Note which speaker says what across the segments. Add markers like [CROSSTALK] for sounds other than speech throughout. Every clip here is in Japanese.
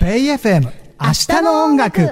Speaker 1: JFM 明日の音楽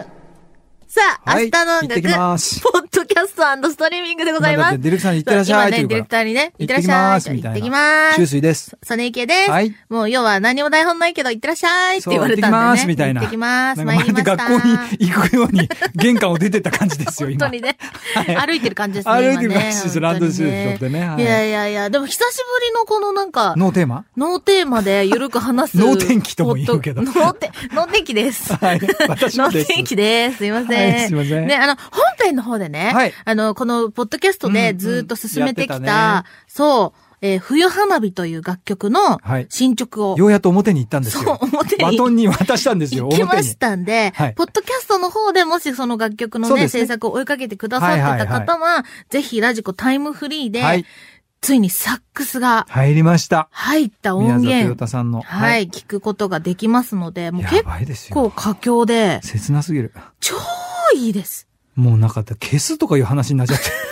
Speaker 2: さあ、
Speaker 1: はい
Speaker 2: 明日の
Speaker 1: 行
Speaker 2: 音
Speaker 1: って
Speaker 2: 楽、
Speaker 1: きます
Speaker 2: ポッドキャストストリーミングでござい
Speaker 1: なん
Speaker 2: ま
Speaker 1: だ
Speaker 2: す。
Speaker 1: ってディレクターに行ってらっしゃい
Speaker 2: そう今
Speaker 1: とい
Speaker 2: ね、
Speaker 1: うか
Speaker 2: ディレクターにね、行ってらっし
Speaker 1: 行
Speaker 2: ゃ
Speaker 1: ってきま
Speaker 2: い
Speaker 1: す
Speaker 2: と。
Speaker 1: み
Speaker 2: 行
Speaker 1: たいな
Speaker 2: ってきま
Speaker 1: 秋
Speaker 2: す。
Speaker 1: 水です
Speaker 2: ソネイケです。
Speaker 1: はい
Speaker 2: もう、要は何も台本ないけど、行ってらっしゃいって言われたんで、ね。
Speaker 1: そう行ってきますみたいな
Speaker 2: 行ってきます。
Speaker 1: なんかま
Speaker 2: 参り
Speaker 1: る
Speaker 2: ま
Speaker 1: で
Speaker 2: した。
Speaker 1: 学校に行くように玄関を出てった感じですよ、
Speaker 2: 本
Speaker 1: 今。
Speaker 2: 当にね、
Speaker 1: はい
Speaker 2: 歩いてる感じですね。
Speaker 1: 歩いてる
Speaker 2: 今ね
Speaker 1: 感じです
Speaker 2: 本当に
Speaker 1: ランドセル背負ってねはい
Speaker 2: いやいやいや、でも久しぶりのこのなんか、
Speaker 1: のテーマ
Speaker 2: ノーテーマでゆるく話す。
Speaker 1: ノー天気とも言うけど
Speaker 2: ノーテ、ノー天気です。
Speaker 1: [LAUGHS] はい私もです
Speaker 2: ノー天気です。すいません。
Speaker 1: はいすいません
Speaker 2: ね、あの、本編の方でね、
Speaker 1: はい
Speaker 2: あの、この、ポッドキャスト
Speaker 1: うんう
Speaker 2: で
Speaker 1: ん
Speaker 2: ずっと進めてきた、
Speaker 1: やってたね
Speaker 2: そう、えー冬花火という楽曲の
Speaker 1: はい
Speaker 2: 新曲を、
Speaker 1: ようやっと表に行ったんですよ。
Speaker 2: そう表に
Speaker 1: バトンに渡したんですよ、
Speaker 2: 行
Speaker 1: 表
Speaker 2: き
Speaker 1: に。
Speaker 2: ましたんで、
Speaker 1: はい
Speaker 2: ポッドキャストの方でもしその楽曲の
Speaker 1: そう
Speaker 2: ね、
Speaker 1: ですね
Speaker 2: 制作を追いかけてくださってた方は、ぜひラジコタイムフリーで、
Speaker 1: はい
Speaker 2: ついにサックスが
Speaker 1: 入りました。
Speaker 2: 入った
Speaker 1: 宮
Speaker 2: 音
Speaker 1: 里与
Speaker 2: 源、
Speaker 1: 太さんの。
Speaker 2: はい、。聞くことができますので、もう
Speaker 1: や
Speaker 2: 結
Speaker 1: ばいですよ。
Speaker 2: 構佳境で、
Speaker 1: 切なすぎる。
Speaker 2: 超いいです。
Speaker 1: もうなんか消すとかいう話になっちゃって。 [LAUGHS]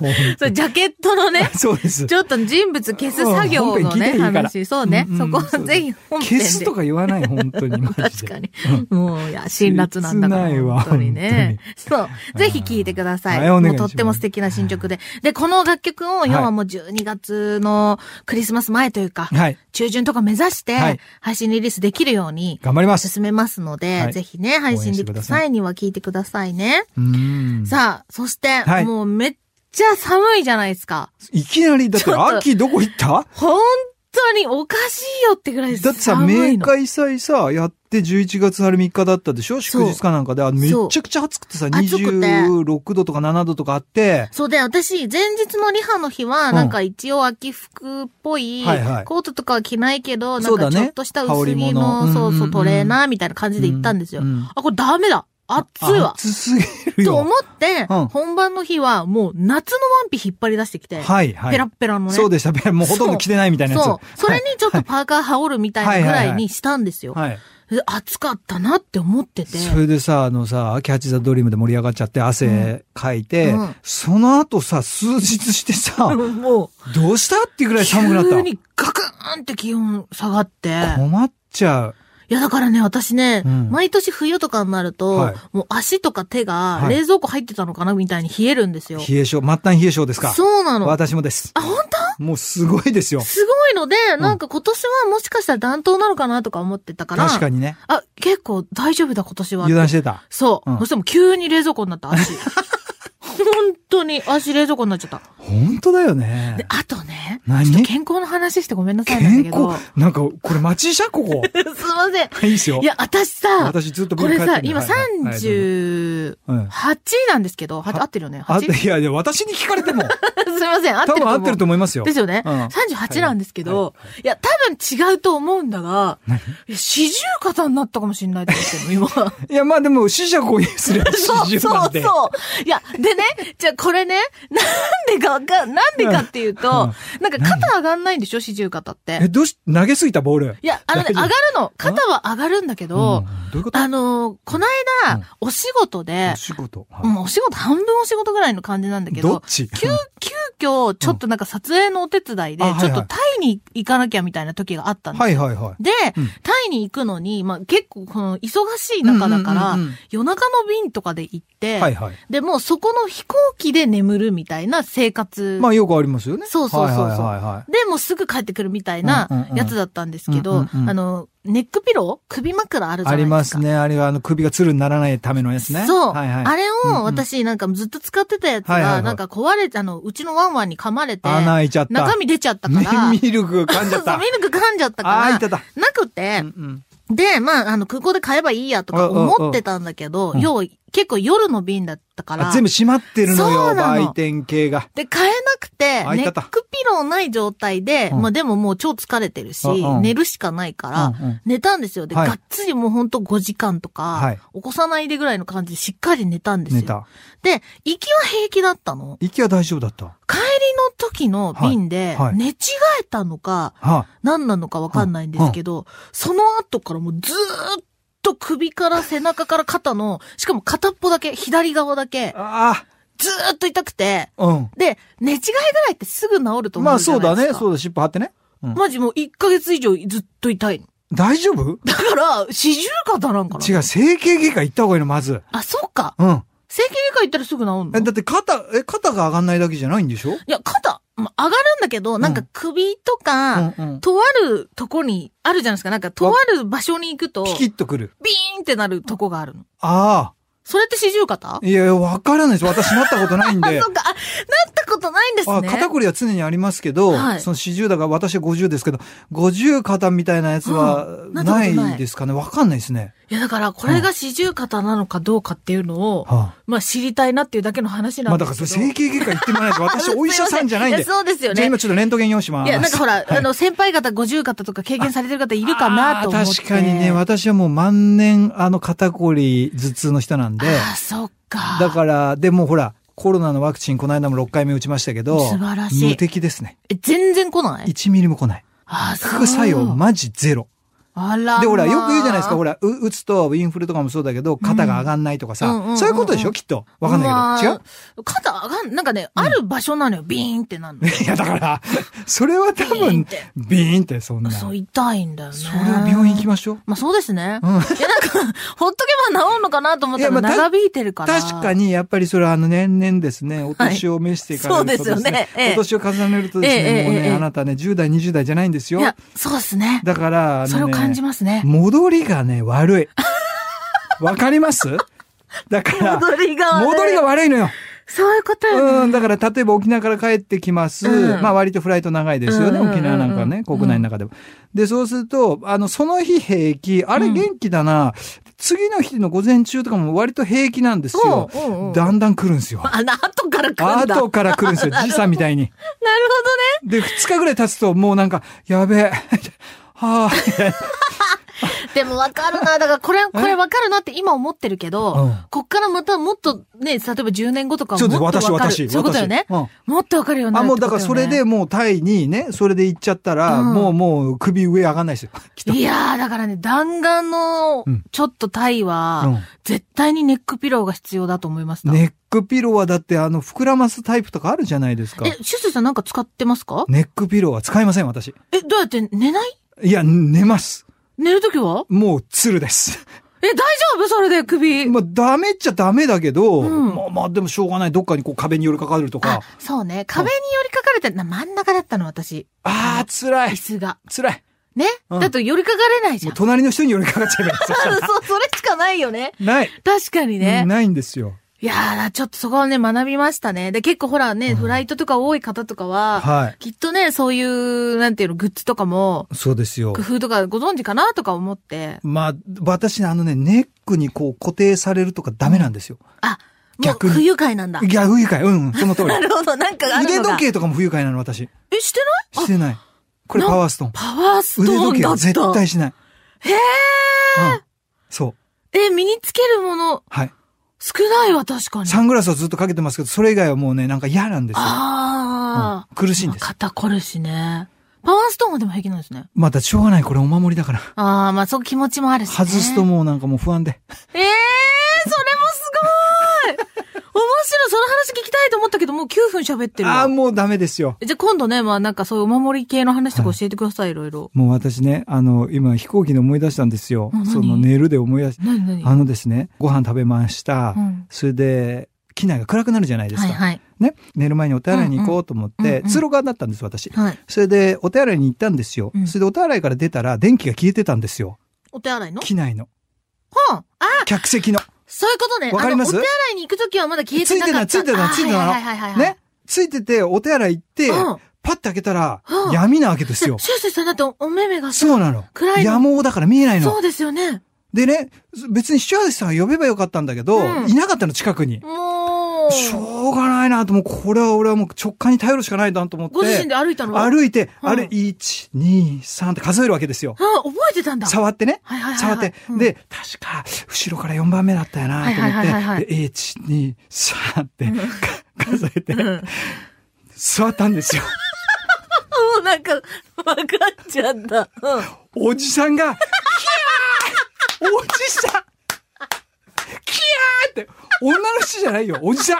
Speaker 1: もう、
Speaker 2: [LAUGHS] それジャケットのね
Speaker 1: [LAUGHS] そうです。
Speaker 2: ちょっと人物消す作業
Speaker 1: うん本編
Speaker 2: の
Speaker 1: 聞い
Speaker 2: ね、
Speaker 1: ていいから
Speaker 2: 話。そうね
Speaker 1: うんう。ん
Speaker 2: そこ
Speaker 1: そ
Speaker 2: は
Speaker 1: う
Speaker 2: ぜひ本
Speaker 1: 消
Speaker 2: 編で。
Speaker 1: すとか言わない、本当に。マジで。
Speaker 2: 確かに。もう、いや、辛辣なんだから。
Speaker 1: 切ないわ
Speaker 2: 本当にね。そう。ぜひ聴いてください。
Speaker 1: はいお願いします
Speaker 2: もうとっても素敵な新曲で。で、この楽曲を、
Speaker 1: い
Speaker 2: 要はもう12月のクリスマス前というか、
Speaker 1: はい。
Speaker 2: 中旬とか目指して
Speaker 1: はい、
Speaker 2: 配信リリースできるように、
Speaker 1: 頑張ります。
Speaker 2: 進めますので、
Speaker 1: はい
Speaker 2: ぜひね、配信できた際には聴いてくださいね。
Speaker 1: うーん。
Speaker 2: さあ、そして、
Speaker 1: はい
Speaker 2: もうめっちゃ寒いじゃないですか。
Speaker 1: いきなり、だって、
Speaker 2: ちょっと
Speaker 1: 秋どこ行った
Speaker 2: 本当におかしいよってぐらい
Speaker 1: だってさ、
Speaker 2: 寒い
Speaker 1: 明
Speaker 2: の。
Speaker 1: 快祭さ、やって11月あれ3日だったでしょ
Speaker 2: そう
Speaker 1: 祝日かなんかで。あめっちゃくちゃ暑くてさ、
Speaker 2: 暑くて
Speaker 1: 26度とか7度とかあって、
Speaker 2: そうで、私、前日のリハの日は、
Speaker 1: うん
Speaker 2: なんか一応秋服っぽい、
Speaker 1: はいはい
Speaker 2: コートとかは着ないけど、な
Speaker 1: そ
Speaker 2: ん
Speaker 1: うだ
Speaker 2: か
Speaker 1: ね
Speaker 2: ちょっとした薄
Speaker 1: 羽織
Speaker 2: 着
Speaker 1: 物
Speaker 2: の、そ
Speaker 1: うん
Speaker 2: う
Speaker 1: うんう
Speaker 2: そ
Speaker 1: ん
Speaker 2: う、トレーナーみたいな感じで行ったんですよ。
Speaker 1: うん
Speaker 2: あ、これダメだ暑いわ
Speaker 1: 暑すぎる
Speaker 2: と思
Speaker 1: よ。
Speaker 2: って、
Speaker 1: うん
Speaker 2: 本番の日は、もう夏のワンピ引っ張り出してきて、
Speaker 1: はいはい。
Speaker 2: ペラッペラのね。
Speaker 1: そうでした。ペラもうほとんど着てないみたいなやつ。
Speaker 2: そう。それにちょっとパーカー羽織るみたいなぐらいにしたんですよ。
Speaker 1: はい。
Speaker 2: で暑かったなって思ってて。
Speaker 1: それでさ、あのさ、秋八座ドリームで盛り上がっちゃって汗かいて、
Speaker 2: うん
Speaker 1: その後さ、数日してさ、
Speaker 2: もう、
Speaker 1: どうしたっていうぐらい寒くなっ
Speaker 2: 急
Speaker 1: た。
Speaker 2: にガクーンって気温下がって。
Speaker 1: 困っちゃう。
Speaker 2: いやだからね、私ね、
Speaker 1: うん
Speaker 2: 毎年冬とかになると、
Speaker 1: はい
Speaker 2: もう足とか手が
Speaker 1: はい
Speaker 2: 冷蔵庫入ってたのかなみたいに冷えるんですよ。
Speaker 1: 冷え性、末端冷え性ですか
Speaker 2: そうなの。あ、
Speaker 1: 私もです。
Speaker 2: 本
Speaker 1: もうすごいですよ
Speaker 2: 当。すごいので、なんか今年はもしかしたら暖冬なのかなとか思ってたから。
Speaker 1: 確か
Speaker 2: に。
Speaker 1: にね。
Speaker 2: あ、結構大丈夫だ今年はって。
Speaker 1: 油断してた。
Speaker 2: そう。
Speaker 1: うん
Speaker 2: そしてもう急に冷蔵庫になった
Speaker 1: [LAUGHS]
Speaker 2: 足。本当に足冷蔵庫になっちゃった。
Speaker 1: 本当だよね
Speaker 2: で。あとね、
Speaker 1: 何
Speaker 2: ちょっと健康の話してごめんなさいなんだ
Speaker 1: 健
Speaker 2: けど。
Speaker 1: 康、なんか、これ町医者こ
Speaker 2: [LAUGHS]
Speaker 1: こ。
Speaker 2: すいませ
Speaker 1: い
Speaker 2: ん。
Speaker 1: いですよ
Speaker 2: い。や、私さ、
Speaker 1: 私ずっと
Speaker 2: これさ、今
Speaker 1: 十
Speaker 2: 38なんですけど、は
Speaker 1: は
Speaker 2: 合ってるよね
Speaker 1: あ、
Speaker 2: 8
Speaker 1: いやいや、私に聞かれても、
Speaker 2: [LAUGHS] すいま [LAUGHS] せん、合って
Speaker 1: 多
Speaker 2: る
Speaker 1: 分
Speaker 2: と思
Speaker 1: 合
Speaker 2: う。
Speaker 1: ってると思いますよ
Speaker 2: で。すよね。
Speaker 1: うん
Speaker 2: 38なんですけ
Speaker 1: は
Speaker 2: ど、いや、多分違うと思うんだが、いや四十肩になったかもしれないですけど、
Speaker 1: [LAUGHS]
Speaker 2: 今。そう
Speaker 1: いや、まあでも、死者購入すれば
Speaker 2: [LAUGHS] そ
Speaker 1: 死
Speaker 2: う
Speaker 1: 者なんで。
Speaker 2: そう。いや、でね、じゃあこれね、なんでかわかん、なんでかっていうと、
Speaker 1: うん
Speaker 2: なんか肩上がんないんでしょ、四十肩っ
Speaker 1: え、
Speaker 2: て。
Speaker 1: どうし、投げすぎたボール。
Speaker 2: いや、あのね、
Speaker 1: 大丈
Speaker 2: 上
Speaker 1: 夫
Speaker 2: がるの。肩は上がるんだけ
Speaker 1: う
Speaker 2: ど
Speaker 1: ん、どういうこと
Speaker 2: あのー、この間、
Speaker 1: うん
Speaker 2: お仕事で
Speaker 1: お、仕事。はい
Speaker 2: もうお仕事、半分お仕事ぐらいの感じなんだけ
Speaker 1: どっ
Speaker 2: ど、
Speaker 1: ち [LAUGHS]
Speaker 2: 急、急遽、ちょっとなんか撮影のお手伝いで
Speaker 1: うんあ、
Speaker 2: ち
Speaker 1: はい
Speaker 2: ょっ
Speaker 1: は
Speaker 2: と
Speaker 1: い
Speaker 2: タイに行かなきゃみたいな時があったんです。
Speaker 1: はいはいはい。
Speaker 2: で、
Speaker 1: うん
Speaker 2: タイに行くのに、まあ結構この忙しい中だから、
Speaker 1: うんうんうんうん
Speaker 2: 夜中の便とかで行って、
Speaker 1: はいはい。
Speaker 2: で、もうそこの飛行機で眠るみたいな生活。
Speaker 1: まあよくありますよね。
Speaker 2: そうそうそうそう
Speaker 1: はいはいはいはい。
Speaker 2: で、もうすぐ帰ってくるみたいな
Speaker 1: うんうんうん
Speaker 2: やつだったんですけど、
Speaker 1: うんうんうん
Speaker 2: あの、ネックピロー首枕あるじゃ
Speaker 1: あ
Speaker 2: ないですか。
Speaker 1: りますね。あれは、あの、首がつるにならないためのやつね。
Speaker 2: そう。
Speaker 1: はいはい。
Speaker 2: あれ
Speaker 1: うんうん
Speaker 2: を私なんかずっと使ってたやつ
Speaker 1: はいはいは
Speaker 2: が、
Speaker 1: い
Speaker 2: なんか壊れて、あの、うちのワンワンに噛まれて、
Speaker 1: 穴開いちゃった。
Speaker 2: 中身出ちゃったから、
Speaker 1: ミミルク噛んじゃっ
Speaker 2: そ
Speaker 1: た
Speaker 2: う。ミルク噛んじゃった
Speaker 1: ああ、い
Speaker 2: か
Speaker 1: たた。
Speaker 2: ら、なくて、
Speaker 1: うん
Speaker 2: で、まあ、あの、空港で買えばいいやとか思ってたんだけど、
Speaker 1: うんうん
Speaker 2: 要は結構夜の便だったから、
Speaker 1: あ全部閉まってるの
Speaker 2: そ
Speaker 1: よ、
Speaker 2: うなの
Speaker 1: 売店系が。
Speaker 2: で、買えなくて、
Speaker 1: あい
Speaker 2: ネ
Speaker 1: たた
Speaker 2: ックピローない状態で、
Speaker 1: うん
Speaker 2: まあでももう超疲れてるし、
Speaker 1: うんうん
Speaker 2: 寝るしかないから、
Speaker 1: うんうん
Speaker 2: 寝たんですよ。で、
Speaker 1: はい
Speaker 2: がっつりもうほんと5時間とか、
Speaker 1: はい
Speaker 2: 起こさないでぐらいの感じでしっかり寝たんですよ。
Speaker 1: 寝た。
Speaker 2: で、行きは平気だったの。
Speaker 1: 息は大丈夫だった。
Speaker 2: 帰りの時の便で
Speaker 1: はいはい、
Speaker 2: 寝違えたのか、
Speaker 1: は
Speaker 2: 何なのかわかんないんですけど、その後からもうずーっと首から背中から肩の、しかも片っぽだけ、左側だけ、
Speaker 1: あ
Speaker 2: ずーっと痛くて、
Speaker 1: あ、うん。
Speaker 2: で、寝違いぐらいってすぐ治ると思
Speaker 1: ま
Speaker 2: う
Speaker 1: あ
Speaker 2: じゃ
Speaker 1: そう
Speaker 2: な
Speaker 1: だ
Speaker 2: いで
Speaker 1: ね。
Speaker 2: すか。
Speaker 1: そうだ、尻尾張ってね。うん
Speaker 2: マジもう1ヶ月以上ずっと痛いの。
Speaker 1: 大丈夫
Speaker 2: だから、四十肩なんかな
Speaker 1: 違う、整形外科行った方がいいの、まず。
Speaker 2: あ、そっか。
Speaker 1: うん。
Speaker 2: 整形外科行ったらすぐ治んの
Speaker 1: え、だって肩、え、肩が上がんないだけじゃないんでしょ
Speaker 2: いや、肩、まあ上がるんだけど、なんか首とか、
Speaker 1: うんうん。
Speaker 2: とあるとこに、あるじゃないですか。なんか、とある場所に行くと、ビ
Speaker 1: ピキ
Speaker 2: ー
Speaker 1: ッとくる。
Speaker 2: ンってなるとこがあるの。
Speaker 1: あ
Speaker 2: それって四十肩あ
Speaker 1: あ。、いや、わからないです。私なったことないんで。
Speaker 2: そっか。 [LAUGHS] あ、なったことないんです
Speaker 1: あ
Speaker 2: ね。
Speaker 1: 肩こりは常にありますけど、
Speaker 2: はい
Speaker 1: その40だから私は50ですけど、50肩みたいなやつは
Speaker 2: うんなったこと
Speaker 1: な
Speaker 2: ない
Speaker 1: いですかね。わかんないですね。
Speaker 2: いや、だから、これが四十肩なのかどうかっていうのを、
Speaker 1: は
Speaker 2: まあ、知りたいなっていうだけの話
Speaker 1: あ、
Speaker 2: な
Speaker 1: まあ
Speaker 2: んで
Speaker 1: だ
Speaker 2: す
Speaker 1: か
Speaker 2: け
Speaker 1: ら
Speaker 2: ど。
Speaker 1: それ整形外科行ってもらわないと
Speaker 2: [LAUGHS]
Speaker 1: 私お医者さんじゃないん
Speaker 2: い
Speaker 1: で。
Speaker 2: やそうですよ
Speaker 1: じゃあ
Speaker 2: ね
Speaker 1: 今。ちょっとレントゲン用意します。
Speaker 2: いや、なんかほら、
Speaker 1: はい
Speaker 2: あの、先輩方、50方とか経験されてる方いるかなと思って。
Speaker 1: あー確かにね、私はもう万年、あの、肩こり、頭痛の人なんで、
Speaker 2: ああ、そっか。
Speaker 1: だから、でもうほら、コロナのワクチン、この間も6回目打ちましたけど、
Speaker 2: 素晴らしい
Speaker 1: 無敵ですね。
Speaker 2: え全然来ない
Speaker 1: 1ミリも来ない。
Speaker 2: ああ、そう
Speaker 1: 副作用、マジゼロ。
Speaker 2: あらまあ。
Speaker 1: で、ほら、よく言うじゃないですか、ほら、う打つと、インフルとかもそうだけど、肩が上がんないとかさ、
Speaker 2: うんうんうんうん
Speaker 1: そういうことでしょ、きっと。わかんないけど。違う
Speaker 2: う肩上がん、なんかね、ある場所なのよ、ビーンってなる
Speaker 1: [LAUGHS] いや、だから、それは多
Speaker 2: ビーン
Speaker 1: 分
Speaker 2: って、
Speaker 1: ビーンって、そんな。
Speaker 2: の。そう、痛いんだよね。
Speaker 1: それは病院行き
Speaker 2: ま
Speaker 1: ましょう。
Speaker 2: あそうですね。
Speaker 1: うん。
Speaker 2: いや、なんか、ほっとけば治るのかなと思っ
Speaker 1: い
Speaker 2: た
Speaker 1: や
Speaker 2: ら
Speaker 1: まあた
Speaker 2: 長引いてるから。
Speaker 1: 確か。に、やっぱりそれはあの年々ですね、お年を召していかれるとですね、
Speaker 2: そうですよねええ
Speaker 1: お年を重ねるとです
Speaker 2: え
Speaker 1: ね、
Speaker 2: え
Speaker 1: もう
Speaker 2: え
Speaker 1: ね、
Speaker 2: え
Speaker 1: あなたね、10代、20代じゃないんです
Speaker 2: い
Speaker 1: よ。
Speaker 2: や、そうですね。
Speaker 1: だから、あのね
Speaker 2: それを感じますね。
Speaker 1: 戻りがね、悪
Speaker 2: [LAUGHS]
Speaker 1: い。わかりますだから、
Speaker 2: 戻りが悪い。
Speaker 1: 戻りが悪いのよ。
Speaker 2: そういうことよね。
Speaker 1: うん、だから例えば沖縄から帰ってきます。
Speaker 2: うん
Speaker 1: まあ割とフライト長いですよね、
Speaker 2: うん
Speaker 1: 沖縄なんかね、
Speaker 2: うん
Speaker 1: 国内の中でも。で、そうすると、あの、その日平気、あ
Speaker 2: う
Speaker 1: れ
Speaker 2: ん
Speaker 1: 元気だな、次の日の午前中とかも割と平気なんですよ。
Speaker 2: おうおうおう
Speaker 1: だんだん来るんですよ。
Speaker 2: あ、な後 [LAUGHS] から来るんだ。なるほ
Speaker 1: 後から来るんですよ、時差み
Speaker 2: [LAUGHS]
Speaker 1: たいに。
Speaker 2: ど
Speaker 1: で、
Speaker 2: ね。
Speaker 1: 二日ぐらい経つともうなんか、やべえ、 [LAUGHS] はあ、
Speaker 2: でもわかるな。だからこれ、これわかるなって今思ってるけど、
Speaker 1: うん
Speaker 2: こっからまたもっとね、例えば10年後とかは
Speaker 1: ち
Speaker 2: も
Speaker 1: ょ
Speaker 2: っ
Speaker 1: っ
Speaker 2: と
Speaker 1: と
Speaker 2: わかる
Speaker 1: 私、私、
Speaker 2: そういうことよね。
Speaker 1: 私うん
Speaker 2: もっとわかるようにな
Speaker 1: あ、
Speaker 2: るって
Speaker 1: もう
Speaker 2: こ
Speaker 1: だ
Speaker 2: と
Speaker 1: からそれ
Speaker 2: よね
Speaker 1: でもうタイにね、それで行っちゃったら、
Speaker 2: うん
Speaker 1: もうもう首上上がんないですよ。きっと。
Speaker 2: いやー、だからね、弾丸の
Speaker 1: うん
Speaker 2: ちょっとタイは、
Speaker 1: うん
Speaker 2: 絶対にネックピローが必要だと思いました。
Speaker 1: ネックピローはだってあの、膨らますタイプとかあるじゃないですか
Speaker 2: え、。シュスイさんなんか使ってますか
Speaker 1: ネックピローは使いません、私。
Speaker 2: え、どうやって寝ない
Speaker 1: いや、寝ます。
Speaker 2: 寝るときは
Speaker 1: もう、鶴です。
Speaker 2: え、大丈夫それで首。
Speaker 1: まあ、ダメっちゃダメだけど、
Speaker 2: うん
Speaker 1: まあまあ、でもしょうがない。どっかにこう壁に寄りかかると
Speaker 2: あ
Speaker 1: か。、
Speaker 2: そうね。壁に寄りかかれたな、真ん中だったの、私。
Speaker 1: ああ、辛
Speaker 2: 椅
Speaker 1: い。
Speaker 2: 子が。
Speaker 1: 辛い。
Speaker 2: ね、
Speaker 1: うん
Speaker 2: だと寄りかかれないじ
Speaker 1: もう
Speaker 2: ゃ。
Speaker 1: ん隣の人に寄りかかっちゃえばいい。そした
Speaker 2: [LAUGHS] そう、
Speaker 1: ら
Speaker 2: それしかないよね。
Speaker 1: [LAUGHS] ない。
Speaker 2: 確かにね。
Speaker 1: ないんですよ。
Speaker 2: いやー、ちょっとそこはね、学びましたね。で、結構ほらね、
Speaker 1: うん
Speaker 2: フライトとか多い方とかは、
Speaker 1: は
Speaker 2: きっとね、そういう、なんていうの、グッズとかも、
Speaker 1: い。そうですよ
Speaker 2: 工。夫とかご存知かなとか思って。
Speaker 1: まあ、私ね、あのね、ネックにこう固定されるとかダメなんですよ。
Speaker 2: あ、もう
Speaker 1: 逆に
Speaker 2: 不愉快な
Speaker 1: [LAUGHS]
Speaker 2: んだ。
Speaker 1: いや、不愉快。うん、その通り
Speaker 2: [LAUGHS] な。るほど、なんかある
Speaker 1: 腕
Speaker 2: のが
Speaker 1: 時計とかも不愉快なの、私。
Speaker 2: え、してない
Speaker 1: してない。これ
Speaker 2: なん
Speaker 1: パワーストーン。
Speaker 2: パワースト
Speaker 1: 腕
Speaker 2: ー
Speaker 1: 時
Speaker 2: ン
Speaker 1: 計
Speaker 2: だ
Speaker 1: は
Speaker 2: った。
Speaker 1: 絶対しない。
Speaker 2: へー
Speaker 1: うん。そう。
Speaker 2: え、身につけるもの、
Speaker 1: はい。
Speaker 2: 少ないわ、確かに。
Speaker 1: サングラスをずっとかけてますけど、それ以外はもうね、なんか嫌なんですよ。
Speaker 2: あ
Speaker 1: うん苦しい
Speaker 2: ー。
Speaker 1: ん
Speaker 2: まあ
Speaker 1: です。
Speaker 2: 肩凝るしね。パワーストーンはでも平気なんですね。
Speaker 1: またしょうがない。これお守りだから。
Speaker 2: あー、まあ、そう気持ちもあるし、ね。
Speaker 1: 外すともうなんかもう不安で。
Speaker 2: ええそれもすごい面白いその話聞きたいと思ったけど、もう9分喋ってる
Speaker 1: ああ、
Speaker 2: わ。
Speaker 1: もうダメですよ。
Speaker 2: じゃあ今度ね、まあなんかそういうお守り系の話とか教えてください、いろいろ。
Speaker 1: もう私ね、あの、今飛行機で思い出したんですよ
Speaker 2: あ何。
Speaker 1: その寝るで思い出し
Speaker 2: なになに
Speaker 1: あのですね、ご飯食べました。
Speaker 2: うん
Speaker 1: それで、機内が暗くなるじゃないです
Speaker 2: はい
Speaker 1: か。
Speaker 2: はい。
Speaker 1: ね。寝る前にお手洗いに行こうと思っ
Speaker 2: うんうんうん
Speaker 1: て
Speaker 2: う、ん
Speaker 1: 通路側だったんです、私。
Speaker 2: はい。
Speaker 1: それで、お手洗いに行ったんですよ
Speaker 2: う。ん
Speaker 1: それで、お手洗いから出たら、電気が消えてたんですよ。
Speaker 2: お手洗いの
Speaker 1: 機内の。
Speaker 2: 本あ
Speaker 1: 客席の。
Speaker 2: そういうことね。
Speaker 1: わかります
Speaker 2: あのお手洗いに行くときはまだ消えてなかった。
Speaker 1: ついてないついてない
Speaker 2: あー
Speaker 1: ついてない
Speaker 2: はいはいはいはい。
Speaker 1: ね。。ついてて、お手洗い行って、
Speaker 2: うん。
Speaker 1: パッて開けたら
Speaker 2: うん、
Speaker 1: 闇なわけですよ。
Speaker 2: シュウセイさんだってお目目がさ
Speaker 1: そうなの。
Speaker 2: 暗いの
Speaker 1: 野望だから見えない
Speaker 2: そ
Speaker 1: の。
Speaker 2: うですよね。
Speaker 1: でね、別に視聴者さんが呼べばよかったんだけど、
Speaker 2: うん
Speaker 1: いなかったの、近くに。
Speaker 2: もう。
Speaker 1: しょうがないなと、もうこれは俺はもう直感に頼るしかないなと思って。
Speaker 2: ご自身で歩いたのい。
Speaker 1: 歩いて、
Speaker 2: うん
Speaker 1: あれ、1、2、3って数えるわけですよ。
Speaker 2: あ、覚えてたんだ。
Speaker 1: 触ってね。
Speaker 2: はいはいはい
Speaker 1: 触
Speaker 2: は
Speaker 1: っ
Speaker 2: い。
Speaker 1: て
Speaker 2: う。ん、
Speaker 1: で、確か、後ろから4番目だったよなと
Speaker 2: はいはいはいはい
Speaker 1: 思
Speaker 2: は
Speaker 1: っ
Speaker 2: い
Speaker 1: て、で1、2、3って
Speaker 2: うん
Speaker 1: か数えて
Speaker 2: う、ん
Speaker 1: 座ったんですよ。
Speaker 2: もうなんか、わかっちゃった。うん。
Speaker 1: おじさんが、キャーおじさんキャーって、女の人じゃないよ。おじさん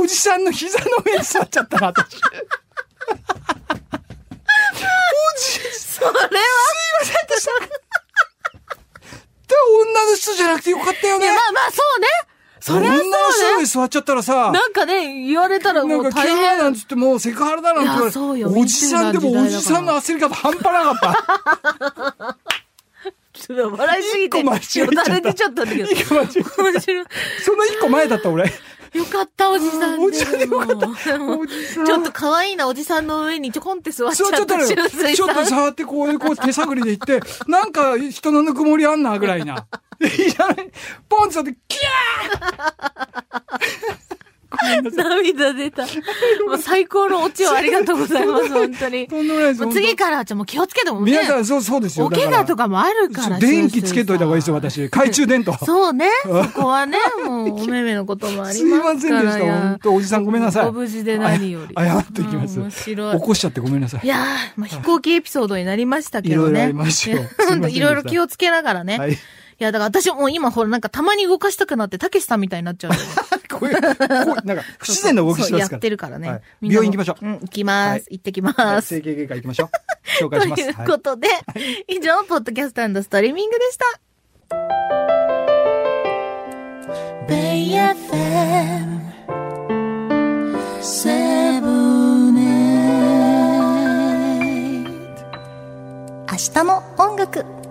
Speaker 1: おじさんの膝の上に座っちゃったな、私。おじ
Speaker 2: それは、
Speaker 1: さんでしたスじゃなくてよかったよ
Speaker 2: い
Speaker 1: ね
Speaker 2: や、まあまあ、そうね。それは
Speaker 1: 女の
Speaker 2: そ
Speaker 1: 人
Speaker 2: う
Speaker 1: で
Speaker 2: ね。
Speaker 1: 座っちゃったらさ、
Speaker 2: なんかね、言われたら
Speaker 1: な
Speaker 2: も
Speaker 1: んか、
Speaker 2: う大
Speaker 1: キャーなん
Speaker 2: 変。
Speaker 1: つってもうセクハラだなんて
Speaker 2: い
Speaker 1: 言
Speaker 2: やそうよ
Speaker 1: われて、おじさんで
Speaker 2: みん
Speaker 1: も
Speaker 2: な
Speaker 1: お
Speaker 2: の時代だから
Speaker 1: じさんの焦り方半端なかった。
Speaker 2: ちょっと笑いすぎて、
Speaker 1: 一個間違えちゃった
Speaker 2: よだれ出ちゃったんだけど。
Speaker 1: 一個間違えちゃっ
Speaker 2: 面白い
Speaker 1: [LAUGHS] その一個前だった俺。
Speaker 2: よかった、おじさん。
Speaker 1: おじさんでよか
Speaker 2: [LAUGHS]
Speaker 1: った
Speaker 2: でも
Speaker 1: おじさん
Speaker 2: ちょっと可愛いなおじさんの上にちょこんって座 [LAUGHS] っちゃ
Speaker 1: そう、ちょ
Speaker 2: っ
Speaker 1: っと
Speaker 2: た
Speaker 1: ね
Speaker 2: しゅんすい
Speaker 1: ち
Speaker 2: さ
Speaker 1: ょっと
Speaker 2: ん。
Speaker 1: 触ってこう、こう、手探りで行って、なんか人のぬくもりあんな、ぐらい
Speaker 2: [LAUGHS]
Speaker 1: な。いやね、ポンって座って、キ
Speaker 2: 涙出た。もう最高のオチをありがとうございます、本当
Speaker 1: [LAUGHS]
Speaker 2: に
Speaker 1: ャー。とんでもないです
Speaker 2: も
Speaker 1: よ。
Speaker 2: う次から、じゃあもう気をつけてもんね
Speaker 1: 皆。さん、そう、そうですよ。
Speaker 2: お怪我と
Speaker 1: か
Speaker 2: かもあるから。
Speaker 1: 電気つけといた方がいいですよ、
Speaker 2: シュンスイ
Speaker 1: 私。懐中電灯。
Speaker 2: さん。そうね。そこはね、もう、おめめのこともあ
Speaker 1: す
Speaker 2: り
Speaker 1: いま
Speaker 2: ます
Speaker 1: せ
Speaker 2: か
Speaker 1: ん
Speaker 2: ら。
Speaker 1: でした。本当おじさんごめんなさい。
Speaker 2: ご無事で何より。
Speaker 1: あや謝っていきます
Speaker 2: うん面白い
Speaker 1: 起。こしちゃってごめんなさい
Speaker 2: い。やー、まあ、飛行機エピソードになりましたけどね。
Speaker 1: いろいろあります
Speaker 2: [LAUGHS]
Speaker 1: よ
Speaker 2: いや
Speaker 1: すいません
Speaker 2: ほんといろいろ気をつけながらね。、
Speaker 1: はいい。
Speaker 2: や、だから私もう今ほら、なんかたまに動かしたくなって、たけしさんみたいになっちゃう。
Speaker 1: こういう、こう、なんか、不自然な動きし
Speaker 2: そう
Speaker 1: ま
Speaker 2: や
Speaker 1: す
Speaker 2: っ
Speaker 1: から。
Speaker 2: てるからね。
Speaker 1: はい
Speaker 2: みんなも
Speaker 1: 病院行きましょ
Speaker 2: うん、行きます。
Speaker 1: はい
Speaker 2: 行ってき
Speaker 1: は
Speaker 2: ま
Speaker 1: い
Speaker 2: す。
Speaker 1: 整形外科行きましょ
Speaker 2: [LAUGHS]
Speaker 1: う。紹介
Speaker 2: と
Speaker 1: します。
Speaker 2: いう
Speaker 1: はい
Speaker 2: ことで、以上、ポッドキャストストリーミングでした。
Speaker 3: 明日も音楽。